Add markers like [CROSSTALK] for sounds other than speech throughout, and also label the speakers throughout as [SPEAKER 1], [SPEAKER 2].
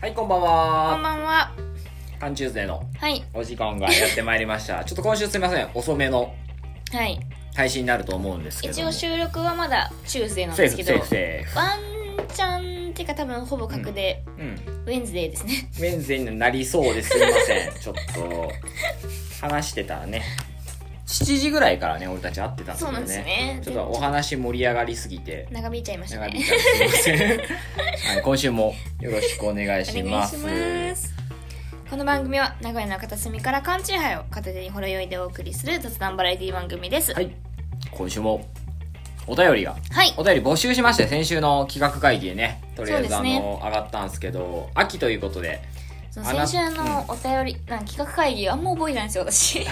[SPEAKER 1] はい、こんばん
[SPEAKER 2] こん
[SPEAKER 1] は。
[SPEAKER 2] ばんは。
[SPEAKER 1] カンチューズデーの
[SPEAKER 2] はい。
[SPEAKER 1] お時間がやってまいりました。ちょっと今週すみません、遅めの
[SPEAKER 2] はい。
[SPEAKER 1] 配信になると思うんですけども。
[SPEAKER 2] 一応収録はまだチューズデーなん
[SPEAKER 1] セー
[SPEAKER 2] で
[SPEAKER 1] フ
[SPEAKER 2] すけ
[SPEAKER 1] セ
[SPEAKER 2] ど
[SPEAKER 1] ー、フセー
[SPEAKER 2] ワンチャンっていうか多分ほぼ確で、
[SPEAKER 1] フ。うん。
[SPEAKER 2] ウェンズデーですね。
[SPEAKER 1] メンゼになりそうですいません。ちょっと、話してたらね。7時ぐらいからね、俺たち会ってたんです
[SPEAKER 2] [LAUGHS] そう
[SPEAKER 1] け
[SPEAKER 2] な
[SPEAKER 1] ど
[SPEAKER 2] んですよね
[SPEAKER 1] ちょっとお話盛り上がりすぎて、
[SPEAKER 2] 長引いちゃいました
[SPEAKER 1] 長引い
[SPEAKER 2] ね。
[SPEAKER 1] たらすいません。はい、今週もよろしくお願いし
[SPEAKER 2] [LAUGHS] お願
[SPEAKER 1] ま
[SPEAKER 2] い
[SPEAKER 1] す。
[SPEAKER 2] します。この番組は名古屋の片隅から缶チューハイを片手にほろ酔いでお送りする雑談バラエティ番組です。
[SPEAKER 1] は
[SPEAKER 2] はい。
[SPEAKER 1] い、今週もお便りがお便り募集しまして、先週の企画会議でね、とりあえずあ
[SPEAKER 2] そ
[SPEAKER 1] の、
[SPEAKER 2] うですね
[SPEAKER 1] 上がったんですけど、秋ということで、
[SPEAKER 2] その
[SPEAKER 1] あな
[SPEAKER 2] 先週のお便り、なんか企画会議あんま覚えてないんですよ、 [LAUGHS] 私。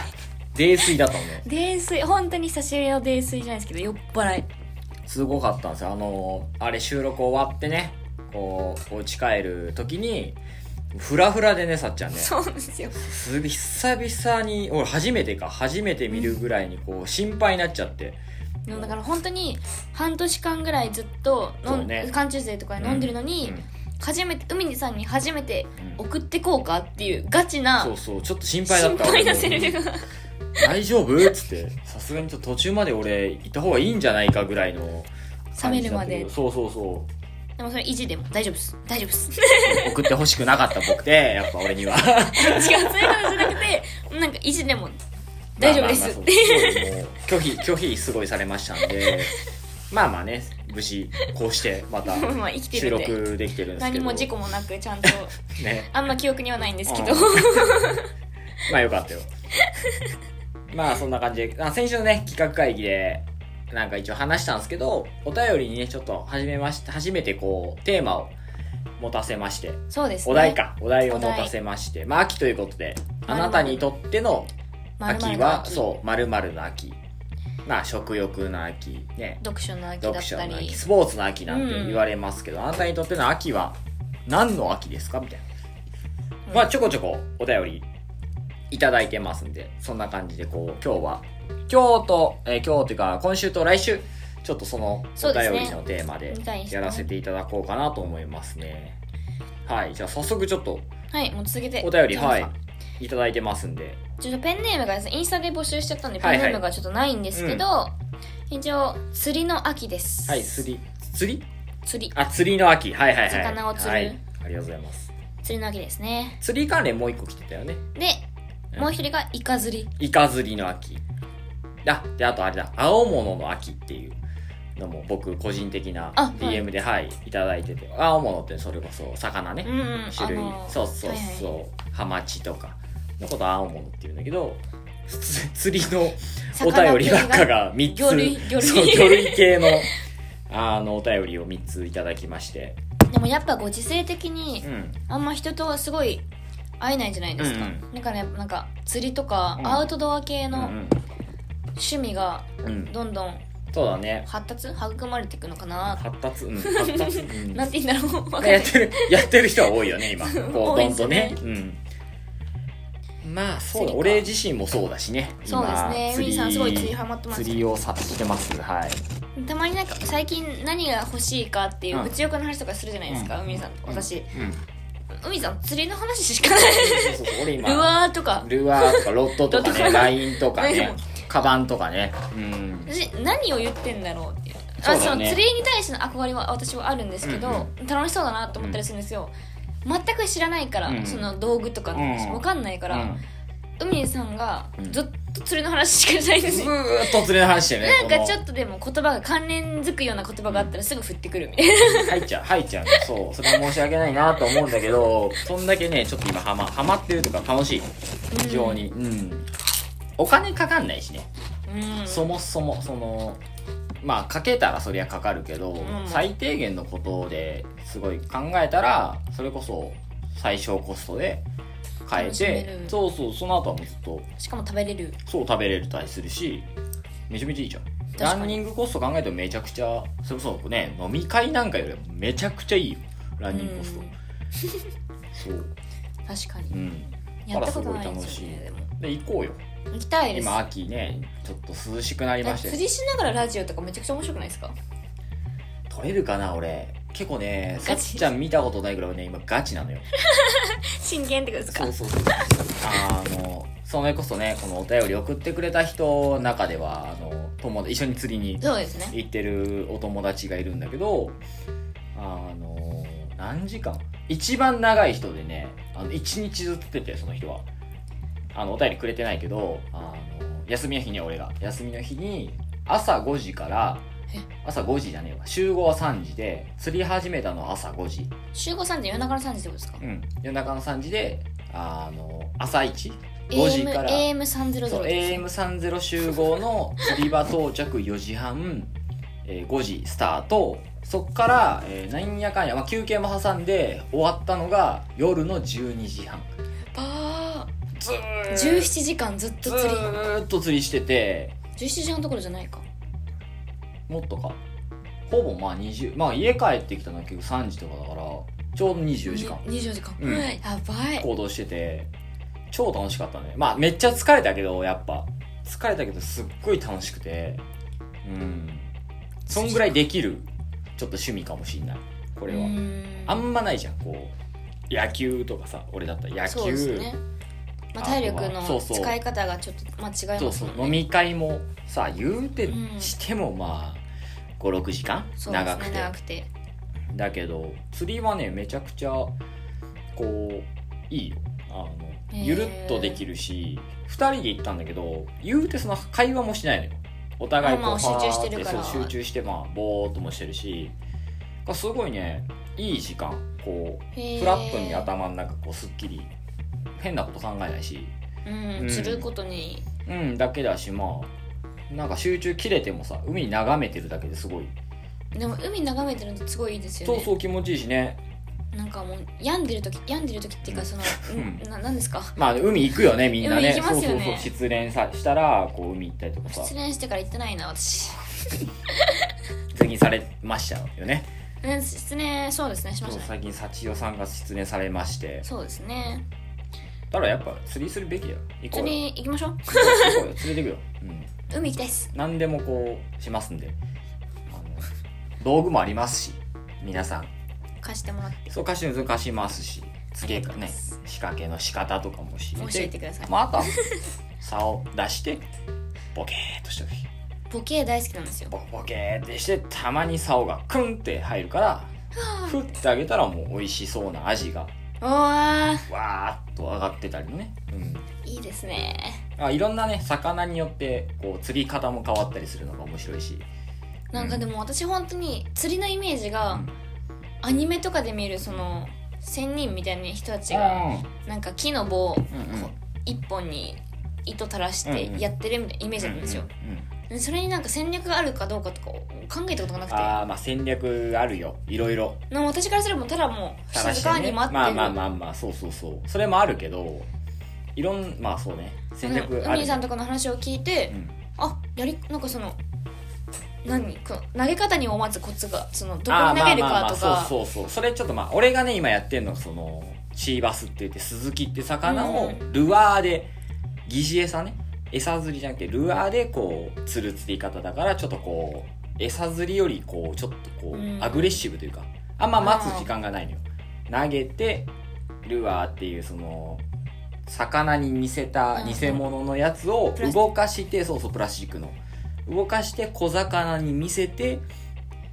[SPEAKER 1] 泥酔だったのね。
[SPEAKER 2] 泥酔、本当に久しぶりの泥酔じゃないですけど、酔っ払い。
[SPEAKER 1] [LAUGHS] すごかったんですよ。あの、あれ収録終わってね、こう、お家帰る時に、フラフラでね、さっちゃんね。
[SPEAKER 2] そうなんですよ。
[SPEAKER 1] すぐ久々に、俺初めてか、初めて見るぐらいに、こう、心配になっちゃって。
[SPEAKER 2] でもだから本当に半年間ぐらいずっと飲、
[SPEAKER 1] そうんね
[SPEAKER 2] 缶中生とかで飲んでるのに、
[SPEAKER 1] うん
[SPEAKER 2] 初めて海にさんに初めて
[SPEAKER 1] うん
[SPEAKER 2] 送ってこうかっていうガチな
[SPEAKER 1] そうそう、ちょっと心配だっ
[SPEAKER 2] 心
[SPEAKER 1] た。
[SPEAKER 2] 配なセリフが
[SPEAKER 1] [LAUGHS] 大丈夫っつってさすがにちょっと途中まで俺行った方がいいんじゃないかぐらいの
[SPEAKER 2] 冷めるまで
[SPEAKER 1] そうそうそ
[SPEAKER 2] でもそれ意地でも大丈夫っす大丈夫っす違
[SPEAKER 1] う送ってほしくなかった僕でやっぱ俺には
[SPEAKER 2] うそういうことじゃなくてなんか意地でも [LAUGHS] 大丈夫ですって
[SPEAKER 1] まあまあまあそうそうもう拒否拒否すごいされましたんでまあまあね無事こうしてまた
[SPEAKER 2] [LAUGHS] まあ生きて
[SPEAKER 1] 収
[SPEAKER 2] るんで
[SPEAKER 1] 録できてるんですけ
[SPEAKER 2] 何
[SPEAKER 1] ど
[SPEAKER 2] も事故もなくちゃんと
[SPEAKER 1] ね
[SPEAKER 2] あんま記憶にはないんですけ
[SPEAKER 1] [LAUGHS]
[SPEAKER 2] ど
[SPEAKER 1] うんまあよかったよまあそんな感じであ先週のね企画会議でなんか一応話したんですけどお便りにねちょっと初めまして初めてこうテーマを持たせまして
[SPEAKER 2] そうですね
[SPEAKER 1] お題か、お題を持たせまして、まあ秋ということで、あなたにとっての
[SPEAKER 2] 丸々
[SPEAKER 1] 秋
[SPEAKER 2] の
[SPEAKER 1] は、そう、まるまるの秋。まあ食欲の秋、ね、
[SPEAKER 2] 読書の秋だっ
[SPEAKER 1] 読書
[SPEAKER 2] た
[SPEAKER 1] の
[SPEAKER 2] り
[SPEAKER 1] 秋、スポーツの秋なんて
[SPEAKER 2] うん
[SPEAKER 1] 言われますけど、あなたにとっての秋は何の秋ですかみたいな。まあちょこちょこお便りいただいてますんで、そんな感じでこう、今日は、今日と、えー今日というか今週と来週、ちょっとその
[SPEAKER 2] そ
[SPEAKER 1] お
[SPEAKER 2] うですね
[SPEAKER 1] 便りのテーマで
[SPEAKER 2] 見たいですね
[SPEAKER 1] やらせていただこうかなと思いますね。はい、じゃあ早速ちょっと
[SPEAKER 2] はいもう続けて
[SPEAKER 1] お便り、
[SPEAKER 2] いきま
[SPEAKER 1] は
[SPEAKER 2] すか
[SPEAKER 1] い、いただいてますんで。
[SPEAKER 2] ちょっとペンネームがですねインスタで募集しちゃったんで
[SPEAKER 1] はいは
[SPEAKER 2] ペ
[SPEAKER 1] い
[SPEAKER 2] ンネームがちょっとないんですけど、一応釣りの秋です
[SPEAKER 1] はい、釣り。釣り
[SPEAKER 2] 釣り
[SPEAKER 1] あ、釣りの秋。はいはいはい。
[SPEAKER 2] 魚を釣る
[SPEAKER 1] はい。ありがとうございます。
[SPEAKER 2] 釣りの秋ですね
[SPEAKER 1] 釣り関連もう一個来てたよね。
[SPEAKER 2] で
[SPEAKER 1] うん
[SPEAKER 2] もう一人がイカ釣り
[SPEAKER 1] イカ釣りの秋。あ、で、あとあれだ。青物の秋っていうのも僕個人的な
[SPEAKER 2] あはい
[SPEAKER 1] DM で、はい、い、ただいてて。青物ってそれこそ魚ね
[SPEAKER 2] う。ん
[SPEAKER 1] 種類
[SPEAKER 2] あの。
[SPEAKER 1] そうそう
[SPEAKER 2] はいはい
[SPEAKER 1] そう。ハマチとかのこと青物って言うんだけど、つ釣りのお
[SPEAKER 2] 魚
[SPEAKER 1] 便りばっかが3つ
[SPEAKER 2] 魚類魚類
[SPEAKER 1] そう魚類系のあのお便りを3ついただきまして、
[SPEAKER 2] [LAUGHS] でもやっぱご時世的に
[SPEAKER 1] うん、
[SPEAKER 2] あんま人とすごい会えないじゃないですか、
[SPEAKER 1] うん
[SPEAKER 2] だからやっぱなんか釣りとか
[SPEAKER 1] うん
[SPEAKER 2] アウトドア系
[SPEAKER 1] う
[SPEAKER 2] の
[SPEAKER 1] ん
[SPEAKER 2] 趣味が
[SPEAKER 1] うんうん
[SPEAKER 2] どんどん
[SPEAKER 1] そうだね
[SPEAKER 2] 発達育まれていくのかな
[SPEAKER 1] 発達 [LAUGHS] うん発達、うん、
[SPEAKER 2] なんて言うんだろう
[SPEAKER 1] [LAUGHS]
[SPEAKER 2] わかんな
[SPEAKER 1] や
[SPEAKER 2] い
[SPEAKER 1] ってるやってる人は多いよね今こう
[SPEAKER 2] 多
[SPEAKER 1] ど
[SPEAKER 2] い
[SPEAKER 1] ん
[SPEAKER 2] です
[SPEAKER 1] と
[SPEAKER 2] よ
[SPEAKER 1] ね
[SPEAKER 2] ね
[SPEAKER 1] うんまあそうだ
[SPEAKER 2] 釣りか
[SPEAKER 1] 俺自身もそうだしね
[SPEAKER 2] [LAUGHS] そうですね
[SPEAKER 1] 今
[SPEAKER 2] ウィンさんすごい釣りハマってます
[SPEAKER 1] 釣りをさしてますはい
[SPEAKER 2] たまになんか最近何が欲しいかっていう
[SPEAKER 1] うん
[SPEAKER 2] 物欲の話とかするじゃないですか、
[SPEAKER 1] うん
[SPEAKER 2] 海さんと私、
[SPEAKER 1] うん
[SPEAKER 2] 海さん釣りの話しかない
[SPEAKER 1] そうそうそう俺今
[SPEAKER 2] ルアーとか
[SPEAKER 1] ルアーとかロッドとか
[SPEAKER 2] ロッドと
[SPEAKER 1] ね
[SPEAKER 2] か
[SPEAKER 1] ラインとか
[SPEAKER 2] ライン
[SPEAKER 1] ね
[SPEAKER 2] も
[SPEAKER 1] カバンとかねうん
[SPEAKER 2] 私何を言ってんだろうっていう
[SPEAKER 1] そうだ
[SPEAKER 2] あ
[SPEAKER 1] ね
[SPEAKER 2] その釣りに対しての憧れは私はあるんですけど、楽しそうだなと思ったりするんですよ、全く知らないから、
[SPEAKER 1] うん
[SPEAKER 2] その道具とか
[SPEAKER 1] うん
[SPEAKER 2] 分かんないから、
[SPEAKER 1] うん
[SPEAKER 2] 海さんが
[SPEAKER 1] うん
[SPEAKER 2] ずっと釣りの話しかしないんです
[SPEAKER 1] ず
[SPEAKER 2] よ、
[SPEAKER 1] ーっと釣りの話してね
[SPEAKER 2] なん
[SPEAKER 1] こ
[SPEAKER 2] か
[SPEAKER 1] の
[SPEAKER 2] ちょっとでも言葉が関連づくような言葉があったらすぐ振ってくるみたいな、
[SPEAKER 1] 入っちゃう入っちゃうのそうそれは申し訳ないなと思うんだけどそんだけねちょっと今ハマハマってるとか楽しい非常にうん、お金かかんないしね、
[SPEAKER 2] うん、
[SPEAKER 1] そもそもそのまあかけたらそりゃかかるけど、
[SPEAKER 2] ん
[SPEAKER 1] 最低限のことですごい考えたらそれこそ最小コストで変え
[SPEAKER 2] 楽しめ
[SPEAKER 1] て
[SPEAKER 2] る
[SPEAKER 1] そうそうその後はもうずっと
[SPEAKER 2] しかも食べれる
[SPEAKER 1] そう食べれたりするしめちゃめちゃいいじゃん
[SPEAKER 2] 確か
[SPEAKER 1] ラ
[SPEAKER 2] に
[SPEAKER 1] ンニングコスト考えてもめちゃくちゃそれこそね飲み会なんかよりもめちゃくちゃいいよランニングコスト、
[SPEAKER 2] うん
[SPEAKER 1] そう
[SPEAKER 2] 確かに
[SPEAKER 1] うん
[SPEAKER 2] やったことないんですよね
[SPEAKER 1] だ
[SPEAKER 2] でも
[SPEAKER 1] で行こうよ
[SPEAKER 2] 行きたいです
[SPEAKER 1] 今秋ねちょっと涼しくなり
[SPEAKER 2] だ
[SPEAKER 1] ま
[SPEAKER 2] っ
[SPEAKER 1] してて
[SPEAKER 2] 釣りしながらラジオとかめちゃくちゃ面白くないですか
[SPEAKER 1] 取れるかな俺結構ね、さ
[SPEAKER 2] ガ
[SPEAKER 1] っ
[SPEAKER 2] チ
[SPEAKER 1] ちゃん見たことないぐらいね、今ガチなのよ。
[SPEAKER 2] 真剣ってことですか
[SPEAKER 1] そうそうそう。あの、それこそね、このお便り送ってくれた人の中では、あの、友達、一緒に釣りに
[SPEAKER 2] そうですね
[SPEAKER 1] 行ってるお友達がいるんだけど、あの、何時間一番長い人でね、あの、一日ずつ釣ってて、その人は。あの、お便りくれてないけど、あの、休みの日ね、俺が。休みの日に、朝5時から
[SPEAKER 2] え、
[SPEAKER 1] 朝5時じゃねえわ。集合は3時で、釣り始めたのは朝5時。
[SPEAKER 2] 週5 3時夜中の3時ってことですか
[SPEAKER 1] うん、夜中の3時であの朝1 5時
[SPEAKER 2] AM
[SPEAKER 1] から
[SPEAKER 2] AM300
[SPEAKER 1] そう AM30 集合の釣り場到着4時半、えー5時スタートそっから、えーなんやかんや、まあ、休憩も挟んで終わったのが夜の12時半
[SPEAKER 2] バ
[SPEAKER 1] ずー
[SPEAKER 2] ー
[SPEAKER 1] っ
[SPEAKER 2] 17時間ずっと釣り
[SPEAKER 1] ずーっと釣りしてて
[SPEAKER 2] 17時間どころじゃないか
[SPEAKER 1] もっとかほぼまあ20まあ家帰ってきたのは結構3時とかだからちょうど24時間
[SPEAKER 2] に24時間、
[SPEAKER 1] うん
[SPEAKER 2] はいやばい
[SPEAKER 1] 行動してて超楽しかったねまあめっちゃ疲れたけどやっぱ疲れたけどすっごい楽しくてうんそんぐらいできるちょっと趣味かもしんないこ
[SPEAKER 2] こ
[SPEAKER 1] れはあ
[SPEAKER 2] あ
[SPEAKER 1] んまないじゃんこう野球とかさ俺だったら野球
[SPEAKER 2] そうですね、まあ、
[SPEAKER 1] あ
[SPEAKER 2] 体力
[SPEAKER 1] まあそ
[SPEAKER 2] の
[SPEAKER 1] うそう
[SPEAKER 2] 使い方がちょっと間違い
[SPEAKER 1] そ
[SPEAKER 2] ま
[SPEAKER 1] う
[SPEAKER 2] す
[SPEAKER 1] そ
[SPEAKER 2] もん
[SPEAKER 1] う飲
[SPEAKER 2] ね
[SPEAKER 1] み会もさ言うて
[SPEAKER 2] うん
[SPEAKER 1] してもまあ56時間
[SPEAKER 2] そうですね
[SPEAKER 1] 長くて、
[SPEAKER 2] 長くて
[SPEAKER 1] だけど釣りはねめちゃくちゃこういいよあの
[SPEAKER 2] へー
[SPEAKER 1] ゆるっとできるし、2人で行ったんだけど言うてその会話もしないのよお互いこう
[SPEAKER 2] あまあ集中してる
[SPEAKER 1] パーって
[SPEAKER 2] から
[SPEAKER 1] そう集中してまあぼーっともしてるしがすごいねいい時間こう
[SPEAKER 2] へー
[SPEAKER 1] フラットに頭の中こうすっきり変なこと考えないし
[SPEAKER 2] うん、
[SPEAKER 1] うん
[SPEAKER 2] 釣ることに
[SPEAKER 1] うんだけだしまあなんか集中切れてもさ海眺めてるだけですごい、
[SPEAKER 2] でも海眺めてるのすごいいいですよね
[SPEAKER 1] そうそう気持ちいいしね
[SPEAKER 2] なんかもう病んでる時病んでる時っていうかその、
[SPEAKER 1] うん
[SPEAKER 2] うん、ななんですか
[SPEAKER 1] まあ海行くよねみんなね
[SPEAKER 2] 海行きますよね
[SPEAKER 1] そうそうそう失恋さしたらこう海行ったりとかさ
[SPEAKER 2] 失恋してから行ってないな私
[SPEAKER 1] 最近されましたよね
[SPEAKER 2] うん失恋そうですねしまし
[SPEAKER 1] そう
[SPEAKER 2] たね
[SPEAKER 1] 最近幸代さんが失恋されまして
[SPEAKER 2] そうですね
[SPEAKER 1] だからやっぱ釣りするべきだよ行こ
[SPEAKER 2] 釣
[SPEAKER 1] うよ
[SPEAKER 2] り行きましょう
[SPEAKER 1] 行こうよ釣りで行くよ、うん、
[SPEAKER 2] 海行きたいっす
[SPEAKER 1] 何でもこうしますんであの道具もありますし皆さん
[SPEAKER 2] 貸してもらって
[SPEAKER 1] そう貸しの貸しますしつけ
[SPEAKER 2] ありがとうござ
[SPEAKER 1] ね
[SPEAKER 2] います
[SPEAKER 1] 仕掛けの仕方とかも教
[SPEAKER 2] 教
[SPEAKER 1] えて
[SPEAKER 2] えてください
[SPEAKER 1] まあ、あとは竿を出してボケーっとしてほしい
[SPEAKER 2] ボケ大好きなんですよ
[SPEAKER 1] ボボケーってしてたまに竿がクンって入るからふってあげたらもう美味しそうな味が
[SPEAKER 2] おー
[SPEAKER 1] わーっと上がってたりね、
[SPEAKER 2] いいですね
[SPEAKER 1] うん、あいろんなね魚によってこう釣り方も変わったりするのが面白いし
[SPEAKER 2] なんかでも私本当に釣りのイメージが、
[SPEAKER 1] うん
[SPEAKER 2] アニメとかで見るその仙人みたいな人たちが、なんか木の棒
[SPEAKER 1] うんうんうん
[SPEAKER 2] 一本に糸垂らし
[SPEAKER 1] うんう
[SPEAKER 2] て
[SPEAKER 1] ん
[SPEAKER 2] やってるみたいなイメージなんですよ、
[SPEAKER 1] うんうん
[SPEAKER 2] でそれになんか戦略があるかどうかとかを考えたことがなくて
[SPEAKER 1] あーまあ戦略あるよいろいろ
[SPEAKER 2] なんか私からすればただもう
[SPEAKER 1] 探し
[SPEAKER 2] 静
[SPEAKER 1] てね
[SPEAKER 2] かに待ってる、
[SPEAKER 1] まあまあまあまあそうそうそうそれもあるけどいろんまあそうね戦略ある
[SPEAKER 2] うん海さんとかの話を聞いて、
[SPEAKER 1] うん
[SPEAKER 2] あやりなんかその何この投げ方にもまずコツがそのどこに投げる
[SPEAKER 1] あーまあまあま
[SPEAKER 2] か
[SPEAKER 1] あ
[SPEAKER 2] とか
[SPEAKER 1] そうそうそうそれちょっとまあ俺がね今やってんのそのシーバスって言ってスズキって魚を
[SPEAKER 2] う
[SPEAKER 1] ルアーで疑似餌ね餌釣りじゃなくてルアーでこう釣る釣り方だからちょっとこう餌釣りよりこうちょっとこ
[SPEAKER 2] う
[SPEAKER 1] う
[SPEAKER 2] ん
[SPEAKER 1] アグレッシブというかあんま待つ時間がないのよ投げてルアーっていうその魚に似せた
[SPEAKER 2] うんうん
[SPEAKER 1] 偽物のやつを
[SPEAKER 2] プラス
[SPEAKER 1] 動かしてそうそうプラスチックの動かして小魚に見せて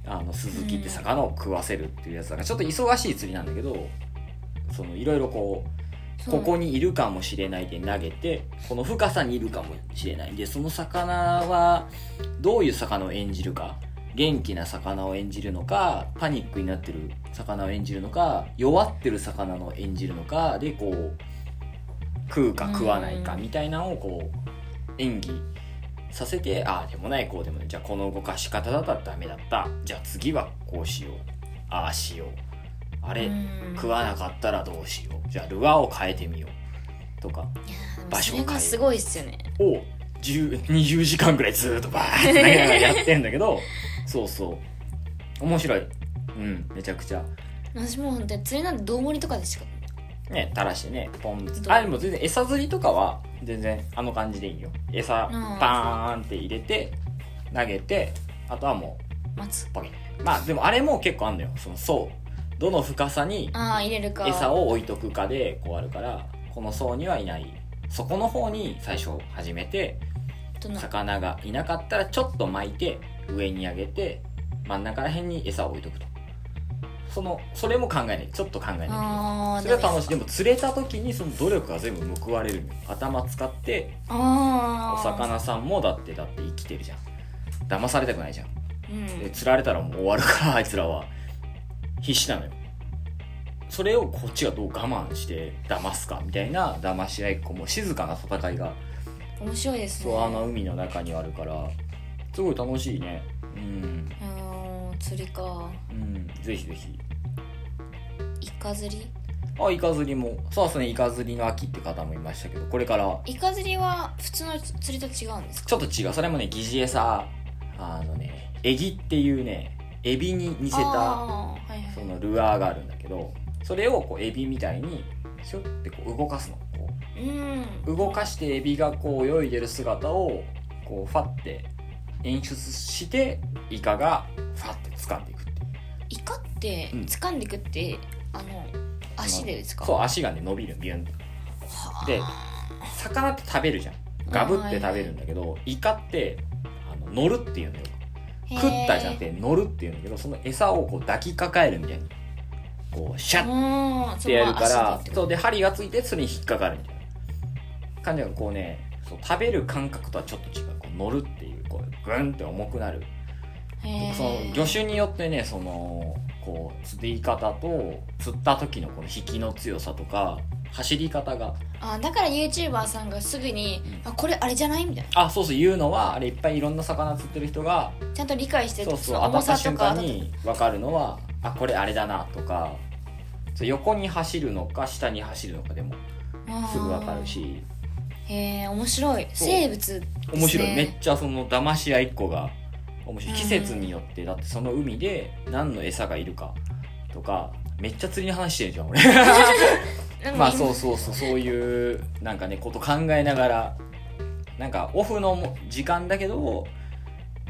[SPEAKER 1] あのスズキって魚を食わせるっていうやつだからちょっと忙しい釣りなんだけどそのいろいろこうここにいるかもしれないで投げてこの深さにいるかもしれないでその魚はどういう魚を演じるか元気な魚を演じるのかパニックになってる魚を演じるのか弱ってる魚を演じるのかでこう食うか食わないか
[SPEAKER 2] うん
[SPEAKER 1] みたいなのをこう演技させてああでもないこうでもないじゃあこの動かし方だったらダメだったじゃあ次はこうしようああしようあれ、
[SPEAKER 2] うん
[SPEAKER 1] 食わなかったらどうしようじゃあルアーを変えてみようとか
[SPEAKER 2] いやーでも
[SPEAKER 1] 場所
[SPEAKER 2] そ
[SPEAKER 1] を変
[SPEAKER 2] れ
[SPEAKER 1] える
[SPEAKER 2] がすごいっすよね
[SPEAKER 1] を10 20時間ぐらいずーっとバーって投げながらやってんだけどそうそう面白いうんめちゃくちゃ
[SPEAKER 2] 私もう本当に釣りなんてどう盛りとかでしか
[SPEAKER 1] ね垂らしてねポンあでも全然餌釣りとかは全然あの感じでいいよ餌
[SPEAKER 2] うん
[SPEAKER 1] パーンって入れて投げてあとはも
[SPEAKER 2] 待つ
[SPEAKER 1] うパケまあでもあれも結構あんのよその層どの深さに
[SPEAKER 2] ああ入れるか
[SPEAKER 1] 餌を置いとくかでこうあるからこの層にはいないそこの方に最初始めて
[SPEAKER 2] どの
[SPEAKER 1] 魚がいなかったらちょっと巻いて上に上げて真ん中ら辺に餌を置いとくとそのそれも考えないちょっと考えない
[SPEAKER 2] ああ
[SPEAKER 1] それは楽しいで
[SPEAKER 2] い
[SPEAKER 1] も釣れた時にその努力が全部報われるのよ頭使って
[SPEAKER 2] あ
[SPEAKER 1] お
[SPEAKER 2] あ
[SPEAKER 1] 魚さんもだってだって生きてるじゃん騙されたくないじゃん
[SPEAKER 2] うん
[SPEAKER 1] で釣られたらもう終わるから [LAUGHS] あいつらは必死なのよそれをこっちがどう我慢して騙すかみたいな騙し合いっこもう静かな戦いが
[SPEAKER 2] 面白いですね
[SPEAKER 1] そうあの海の中にあるからすごい楽しいねうん
[SPEAKER 2] うーん釣りか
[SPEAKER 1] うんぜひぜひ
[SPEAKER 2] イカ釣り
[SPEAKER 1] あイカ釣りもそうですねイカ釣りの秋って方もいましたけどこれから
[SPEAKER 2] イカ釣りは普通の釣りと違うんですか
[SPEAKER 1] ちょっと違うそれもね疑似餌あのねエギっていうねエビに似せた
[SPEAKER 2] あーはいはい
[SPEAKER 1] そのルアーがあるんだけどそれをこうエビみたいにひょってこう動かすのこ
[SPEAKER 2] うん
[SPEAKER 1] う動かしてエビがこう泳いでる姿をこうファッて演出してイカがファッて掴んでいくっていう
[SPEAKER 2] イカって
[SPEAKER 1] うん
[SPEAKER 2] 掴んでいくって、あの足でですか
[SPEAKER 1] そう足がね伸びるビュンって
[SPEAKER 2] はあ
[SPEAKER 1] で魚って食べるじゃんガブって食べるんだけどイカってあの乗るっていうのよ
[SPEAKER 2] へー
[SPEAKER 1] 食ったじゃなくて乗るっていうんだけどその餌をこう抱きかかえるみたいにこうシャッ
[SPEAKER 2] うん
[SPEAKER 1] っ
[SPEAKER 2] そ
[SPEAKER 1] て
[SPEAKER 2] れ
[SPEAKER 1] や
[SPEAKER 2] は
[SPEAKER 1] るから
[SPEAKER 2] 足でってこ
[SPEAKER 1] そうで針がついてそれに引っかかるみたいな感じがこうねそう食べる感覚とはちょっと違うこう乗るっていうこうグンって重くなる
[SPEAKER 2] とへー
[SPEAKER 1] その魚種によってねそのこう釣り方と釣った時のこの引きの強さとか走り方が
[SPEAKER 2] あだから YouTuber さんがすぐに「あこれあれじゃない?」みたい
[SPEAKER 1] あそうそう言うのはあれいっぱいいろんな魚釣ってる人が
[SPEAKER 2] なちゃんと理解して
[SPEAKER 1] そうそう
[SPEAKER 2] の
[SPEAKER 1] 当た
[SPEAKER 2] 重
[SPEAKER 1] った
[SPEAKER 2] さと
[SPEAKER 1] 瞬
[SPEAKER 2] か
[SPEAKER 1] 間に分かるのはあこれあれだなとかそう横に走るのか下に走るのかでもすぐ分かるし
[SPEAKER 2] あーへえ面白い
[SPEAKER 1] そう
[SPEAKER 2] 生物
[SPEAKER 1] 面白い、
[SPEAKER 2] です
[SPEAKER 1] め
[SPEAKER 2] ね
[SPEAKER 1] っちゃその騙し合いっ個が面白い
[SPEAKER 2] うん
[SPEAKER 1] 季節によってだってその海で何の餌がいるかとかめっちゃ釣りの話してるじゃん
[SPEAKER 2] [LAUGHS]
[SPEAKER 1] 俺
[SPEAKER 2] なんか
[SPEAKER 1] まあそうそうそうそういうなんかねこと考えながらなんかオフのも時間だけど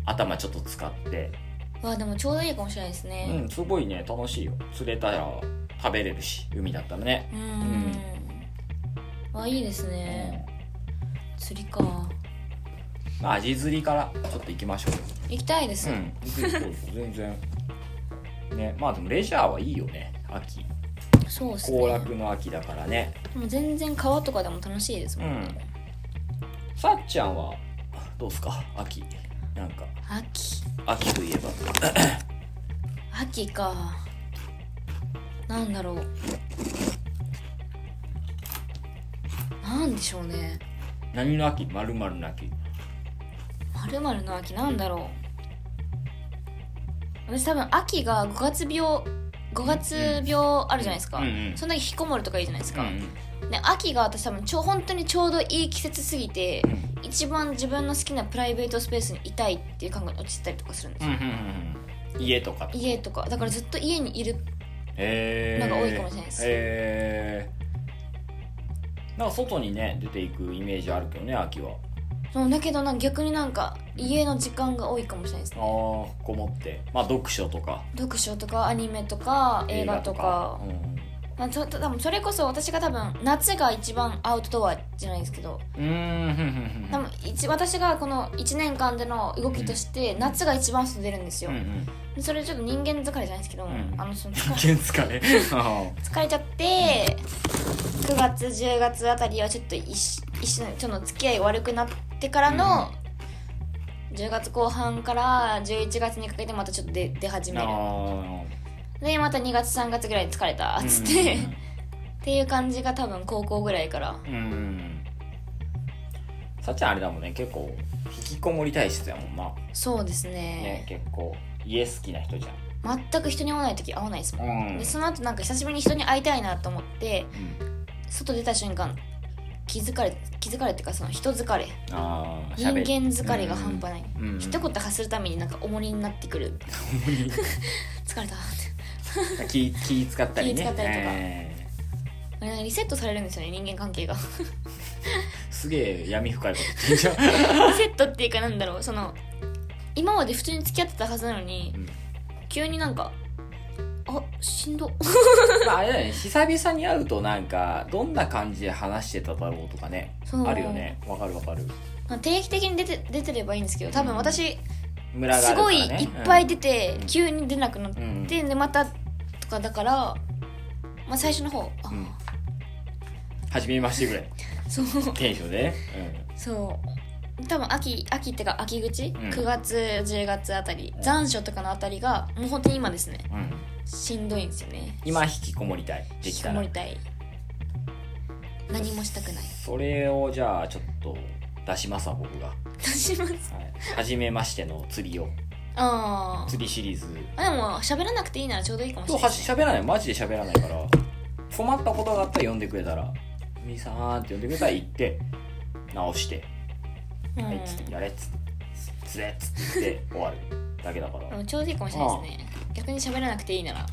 [SPEAKER 1] 頭ちょっと使って、
[SPEAKER 2] わあでもちょうどいいかもしれないです
[SPEAKER 1] う
[SPEAKER 2] ね
[SPEAKER 1] ん、すごいね楽しいよ釣れたら食べれるし海だったらね、
[SPEAKER 2] うんわあいいですね釣りか
[SPEAKER 1] うんまあ、味釣りからちょっと行きましょうよ
[SPEAKER 2] 行きたいです、
[SPEAKER 1] うん、全然ねまあでもレジャーはいいよね秋
[SPEAKER 2] そうですね
[SPEAKER 1] 行楽の秋だからね
[SPEAKER 2] もう全然川とかでも楽しいです
[SPEAKER 1] う
[SPEAKER 2] もん、
[SPEAKER 1] んさっちゃんはどうすか秋なんか
[SPEAKER 2] 秋
[SPEAKER 1] 秋といえば
[SPEAKER 2] 秋かなんだろうなんでしょうね
[SPEAKER 1] 何の秋まるまるの秋
[SPEAKER 2] まるまるの秋なんだろう私多分秋が5月病5月病あるじゃないですか、
[SPEAKER 1] うんうん
[SPEAKER 2] そんだけ引きこもるとかいいじゃないです
[SPEAKER 1] う
[SPEAKER 2] か、
[SPEAKER 1] ん
[SPEAKER 2] で秋が私多分ちょ本当にちょうどいい季節すぎて
[SPEAKER 1] うん
[SPEAKER 2] 一番自分の好きなプライベートスペースにいたいっていう感覚に陥ったりとかするんです
[SPEAKER 1] うんう
[SPEAKER 2] よ、
[SPEAKER 1] んうん家とか
[SPEAKER 2] 家とかだからずっと家にいる
[SPEAKER 1] え
[SPEAKER 2] のが多いかもしれないです
[SPEAKER 1] えーなんか外にね出ていくイメージあるけどね秋は
[SPEAKER 2] そうだけどなんか逆になんか家の時間が多いかもしれないです
[SPEAKER 1] ああ
[SPEAKER 2] ね
[SPEAKER 1] こもってまあ読書とか
[SPEAKER 2] 読書とかアニメとか映画とか
[SPEAKER 1] 映画とかうん
[SPEAKER 2] まあ、ちょっと多分それこそ私が多分夏が一番アウトドアじゃないですけど
[SPEAKER 1] うーんふんふんふん
[SPEAKER 2] 多分一私がこの1年間での動きとして夏が一番外出るんですよ
[SPEAKER 1] うん、うん
[SPEAKER 2] それちょっと人間疲れじゃないですけど、
[SPEAKER 1] ん
[SPEAKER 2] あのその
[SPEAKER 1] 人間
[SPEAKER 2] 疲れ
[SPEAKER 1] 疲れ
[SPEAKER 2] 疲れちゃって9月10月あたりはちょっと一一緒にちょっと付き合い悪くなってからの、10月後半から11月にかけてまたちょっと出出始める
[SPEAKER 1] あ
[SPEAKER 2] でまた2月3月ぐらいに疲れた
[SPEAKER 1] あ
[SPEAKER 2] っつって、っていう感じが多分高校ぐらいから
[SPEAKER 1] うんうんさっちゃんあれだもんね結構引きこもり体質やもんな
[SPEAKER 2] そうです
[SPEAKER 1] ね
[SPEAKER 2] ね
[SPEAKER 1] 結構家好きな人じゃん
[SPEAKER 2] 全く人に会わない時会わないですもん、
[SPEAKER 1] うん
[SPEAKER 2] でその後なんか久しぶりに人に会いたいなと思って外出た瞬間気づかれ気づかれっていうかその人疲れ
[SPEAKER 1] あ
[SPEAKER 2] 人間疲れが半端ない、
[SPEAKER 1] うんうん
[SPEAKER 2] 一言発するためになんか重荷になってくる [LAUGHS] 疲れたって
[SPEAKER 1] ない気気使ったりね
[SPEAKER 2] 気使ったりとか
[SPEAKER 1] え
[SPEAKER 2] あれリセットされるんですよね人間関係が
[SPEAKER 1] ーすげえ闇深いこと言ってんじゃん
[SPEAKER 2] [LAUGHS] リセットっていうかなんだろうその今まで普通に付き合ってたはずなのに
[SPEAKER 1] うん
[SPEAKER 2] 急になんかあしんど
[SPEAKER 1] まああれだよね久々に会うとなんかどんな感じで話してただろうとかね
[SPEAKER 2] そう
[SPEAKER 1] あるよねわかるわかる
[SPEAKER 2] まあ定期的に出て出てればいいんですけど多分私、
[SPEAKER 1] ムラがあ
[SPEAKER 2] す
[SPEAKER 1] るか
[SPEAKER 2] ご
[SPEAKER 1] ら、
[SPEAKER 2] い
[SPEAKER 1] ね、
[SPEAKER 2] いっぱい出て、
[SPEAKER 1] うん
[SPEAKER 2] 急に出なくなって、
[SPEAKER 1] うん
[SPEAKER 2] でまたとかだから、まあ、最初の方あ、
[SPEAKER 1] うん、うん、初めましてぐらい
[SPEAKER 2] そう
[SPEAKER 1] テンションでね、
[SPEAKER 2] そう多分秋秋ってか秋口、
[SPEAKER 1] ん
[SPEAKER 2] 9月10月あたり
[SPEAKER 1] うん
[SPEAKER 2] 残暑とかのあたりがもう本当に今ですね
[SPEAKER 1] うんうん、
[SPEAKER 2] しんどいんですよね
[SPEAKER 1] 今引きこもりたいで
[SPEAKER 2] 引き
[SPEAKER 1] き
[SPEAKER 2] こ
[SPEAKER 1] た
[SPEAKER 2] も
[SPEAKER 1] ら
[SPEAKER 2] りたい何もしたくない
[SPEAKER 1] それをじゃあちょっと出しますわ僕が、は
[SPEAKER 2] 出します
[SPEAKER 1] い、初めましての釣りを
[SPEAKER 2] あー
[SPEAKER 1] 釣りシリーズ
[SPEAKER 2] あでも喋らなくていいならちょうどいいかもし
[SPEAKER 1] 今
[SPEAKER 2] れ
[SPEAKER 1] 日はい喋
[SPEAKER 2] なですね
[SPEAKER 1] らないマジで喋らないから困ったことがあったら呼んでくれたら「みーさん」って呼んでくれたら行って直して「はい」っつって「やれ」っつって「釣れ」っつって言って終わるだけだか
[SPEAKER 2] うん
[SPEAKER 1] ら
[SPEAKER 2] うんちょうどいいかもしれないですね逆に喋らなくていいなら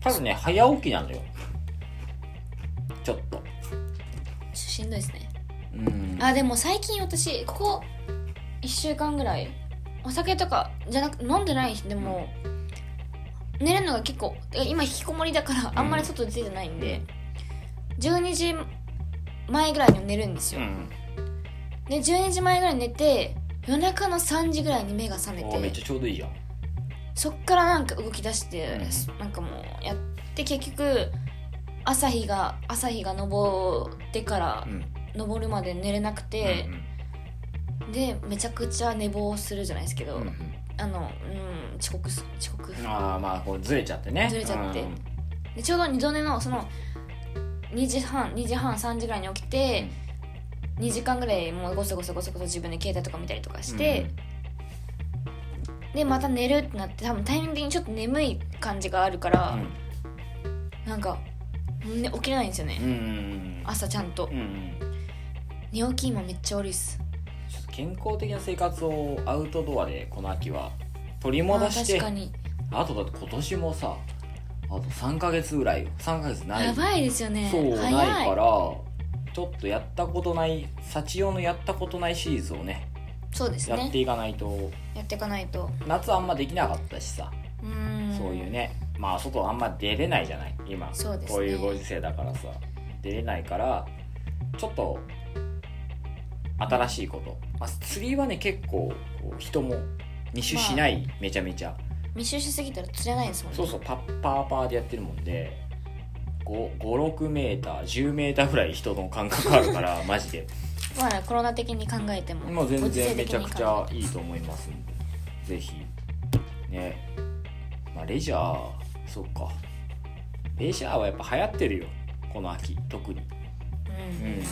[SPEAKER 1] 多分ね早起きなのよちょっと
[SPEAKER 2] しんどいですね
[SPEAKER 1] うん
[SPEAKER 2] あでも最近私ここ1週間ぐらいお酒とかじゃなく飲んでない日でも、寝るのが結構てか今引きこもりだからあんまり外出てないんで、12時前ぐらいに寝るんです
[SPEAKER 1] う
[SPEAKER 2] よ、
[SPEAKER 1] ん
[SPEAKER 2] で12時前ぐらいに寝て夜中の3時ぐらいに目が覚め
[SPEAKER 1] おめってちゃちょうどいいじゃん
[SPEAKER 2] そっからなんか動き出して、
[SPEAKER 1] う
[SPEAKER 2] なんかもうやって結局朝日が朝日が昇ってから
[SPEAKER 1] うん
[SPEAKER 2] 昇るまで寝れなくて、でめちゃくちゃ寝坊するじゃないですけど、
[SPEAKER 1] うんうんうん
[SPEAKER 2] あの、うん、遅刻す遅刻
[SPEAKER 1] ああまあこうずれちゃってね
[SPEAKER 2] ずれちゃって
[SPEAKER 1] うん
[SPEAKER 2] でちょうど二度寝のその2時半2時半3時ぐらいに起きて、2時間ぐらいもうごそごそごそごそ自分で携帯とか見たりとかして、でまた寝るってなって多分タイミング的にちょっと眠い感じがあるから、なんか、ね、起きれないんですよね
[SPEAKER 1] うん、うん
[SPEAKER 2] 朝ちゃんと
[SPEAKER 1] うんうん
[SPEAKER 2] 寝起き今めっちゃ悪いっす
[SPEAKER 1] ちょっと健康的な生活をアウトドアでこの秋は取り戻し
[SPEAKER 2] あー
[SPEAKER 1] て
[SPEAKER 2] 確かに
[SPEAKER 1] あとだって今年もさあと3ヶ月ぐらいよ3ヶ月ない
[SPEAKER 2] やばいですよね
[SPEAKER 1] そう
[SPEAKER 2] 早
[SPEAKER 1] ないからちょっとやったことない幸用のやったことないシリーズをね
[SPEAKER 2] そうです
[SPEAKER 1] やっ
[SPEAKER 2] ね
[SPEAKER 1] ていかないと
[SPEAKER 2] やっていかないと
[SPEAKER 1] 夏あんまできなかったしさ、
[SPEAKER 2] うーん
[SPEAKER 1] そういうねまあ外あんま出れないじゃない今
[SPEAKER 2] そうですね
[SPEAKER 1] こういうご時世だからさ出れないからちょっと新しいこと、まあ、釣りはね結構こう人も二種しない、めちゃめちゃ
[SPEAKER 2] 密集しすぎたら釣れないですもんね
[SPEAKER 1] そうそうパッパーパーでやってるもんで56メーター10メーターぐらい人の感覚あるからマジで
[SPEAKER 2] まあコロナ的に考えても
[SPEAKER 1] もう全
[SPEAKER 2] ご時世
[SPEAKER 1] 然め
[SPEAKER 2] 的
[SPEAKER 1] ちゃ
[SPEAKER 2] に
[SPEAKER 1] く
[SPEAKER 2] 考え
[SPEAKER 1] ち
[SPEAKER 2] て
[SPEAKER 1] ゃ
[SPEAKER 2] も
[SPEAKER 1] いいと思いますんでぜひねまあレジャーそっかレジャーはやっぱ流行ってるよこの秋特に
[SPEAKER 2] うん
[SPEAKER 1] うん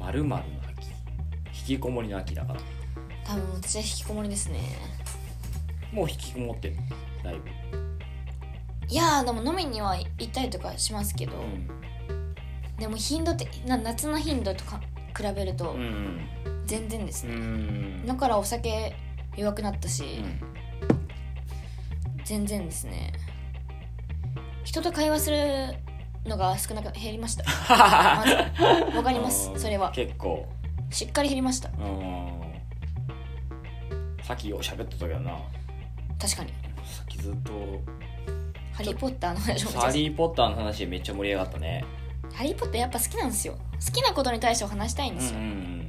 [SPEAKER 1] まるまるの秋引きこもりの秋だから
[SPEAKER 2] 多分私は引きこもりですね
[SPEAKER 1] もう引きこもってるだいぶ
[SPEAKER 2] いやーでも飲みには行ったりとかしますけど、でも頻度ってな夏の頻度とか比べると
[SPEAKER 1] うん
[SPEAKER 2] 全然です
[SPEAKER 1] う
[SPEAKER 2] ね、
[SPEAKER 1] ん
[SPEAKER 2] だからお酒弱くなったし、
[SPEAKER 1] うん
[SPEAKER 2] 全然ですね人と会話するのが少なく減りました
[SPEAKER 1] [LAUGHS]
[SPEAKER 2] まずわかります
[SPEAKER 1] うん
[SPEAKER 2] それ
[SPEAKER 1] [LAUGHS]
[SPEAKER 2] は
[SPEAKER 1] 結構
[SPEAKER 2] しっかり減りました
[SPEAKER 1] うんさっきよう喋ってたけどな
[SPEAKER 2] 確かに
[SPEAKER 1] さっきずっと
[SPEAKER 2] 「ハリー・ポッター」の話
[SPEAKER 1] 「
[SPEAKER 2] を
[SPEAKER 1] ハリー・ポッター」の話でめっちゃ盛り上がったね
[SPEAKER 2] ハリー・ポッターやっぱ好きなんですよ好きなことに対してお話したい
[SPEAKER 1] う
[SPEAKER 2] んですよ、
[SPEAKER 1] ん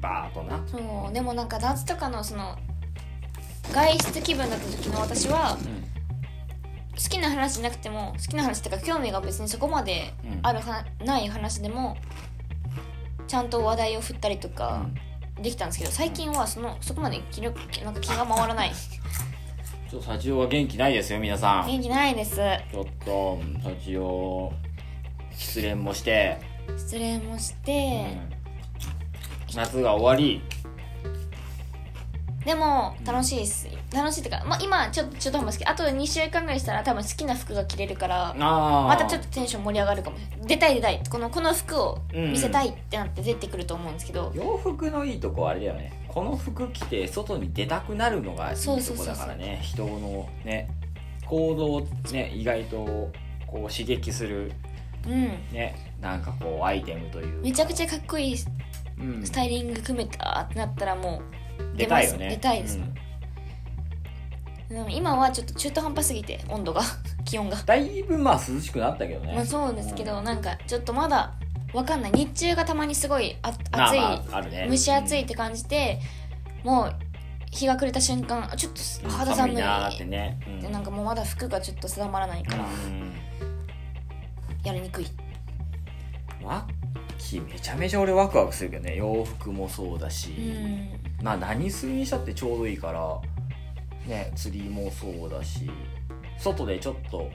[SPEAKER 1] バーッとな
[SPEAKER 2] そうでもなんか夏とかのその外出気分だった時の私は
[SPEAKER 1] う
[SPEAKER 2] 好きな話じゃなくても好きな話っていうか興味が別にそこまで
[SPEAKER 1] うん
[SPEAKER 2] あるはない話でもちゃんと話題を振ったりとか
[SPEAKER 1] ん
[SPEAKER 2] できたんですけど最近はそのそこまで気力なんか気が回らない
[SPEAKER 1] ちょっと社長が元気ないですよ皆さん
[SPEAKER 2] 元気ないです
[SPEAKER 1] ちょっと社長失恋もして、
[SPEAKER 2] 失恋もし
[SPEAKER 1] う
[SPEAKER 2] て、
[SPEAKER 1] ん夏が終わり
[SPEAKER 2] でも楽しいです楽しいっていうか、まあ、今ちょっとちょっと思うんですけどあと2週間ぐらいしたら多分好きな服が着れるから
[SPEAKER 1] あ
[SPEAKER 2] またちょっ
[SPEAKER 1] と
[SPEAKER 2] とテンション盛り上がるかもしれない出たい出たいこのこの服を見せたいってなって出てくると思うんですけど、
[SPEAKER 1] 洋服のいいとこはあれだよねこの服着て外に出たくなるのがいい
[SPEAKER 2] そう
[SPEAKER 1] と
[SPEAKER 2] そうそ
[SPEAKER 1] こ
[SPEAKER 2] うそ
[SPEAKER 1] だ
[SPEAKER 2] う
[SPEAKER 1] からね人のね行動をね意外とこう刺激する
[SPEAKER 2] うん
[SPEAKER 1] ねなんかこうアイテムという
[SPEAKER 2] めちゃくち
[SPEAKER 1] ゃ、
[SPEAKER 2] ゃかっこいいス
[SPEAKER 1] うん、
[SPEAKER 2] タイリング組めたってなったらもう
[SPEAKER 1] 出たいよ
[SPEAKER 2] 出ます
[SPEAKER 1] ね
[SPEAKER 2] 出たいですもん
[SPEAKER 1] うん
[SPEAKER 2] うん今はちょっと中途半端すぎて温度が [LAUGHS] 気温が
[SPEAKER 1] だいぶまあ涼しくなったけどね、
[SPEAKER 2] まあそうですけどなんかちょっとまだわかんない日中がたまにすごいあ
[SPEAKER 1] まあ
[SPEAKER 2] 暑い、
[SPEAKER 1] まああるね
[SPEAKER 2] 蒸し暑いって感じてもう日が暮れた瞬間あちょっ
[SPEAKER 1] う
[SPEAKER 2] と
[SPEAKER 1] ん
[SPEAKER 2] 肌寒い
[SPEAKER 1] 寒いなーってね、う
[SPEAKER 2] でなんかもうまだ服がちょっと定まらないからやりにくい
[SPEAKER 1] うんワッキーめちゃめちゃ俺ワクワクするけどね洋服もそうだし、
[SPEAKER 2] うん
[SPEAKER 1] まあ何するにしたってちょうどいいからね釣りもそうだし外でちょっと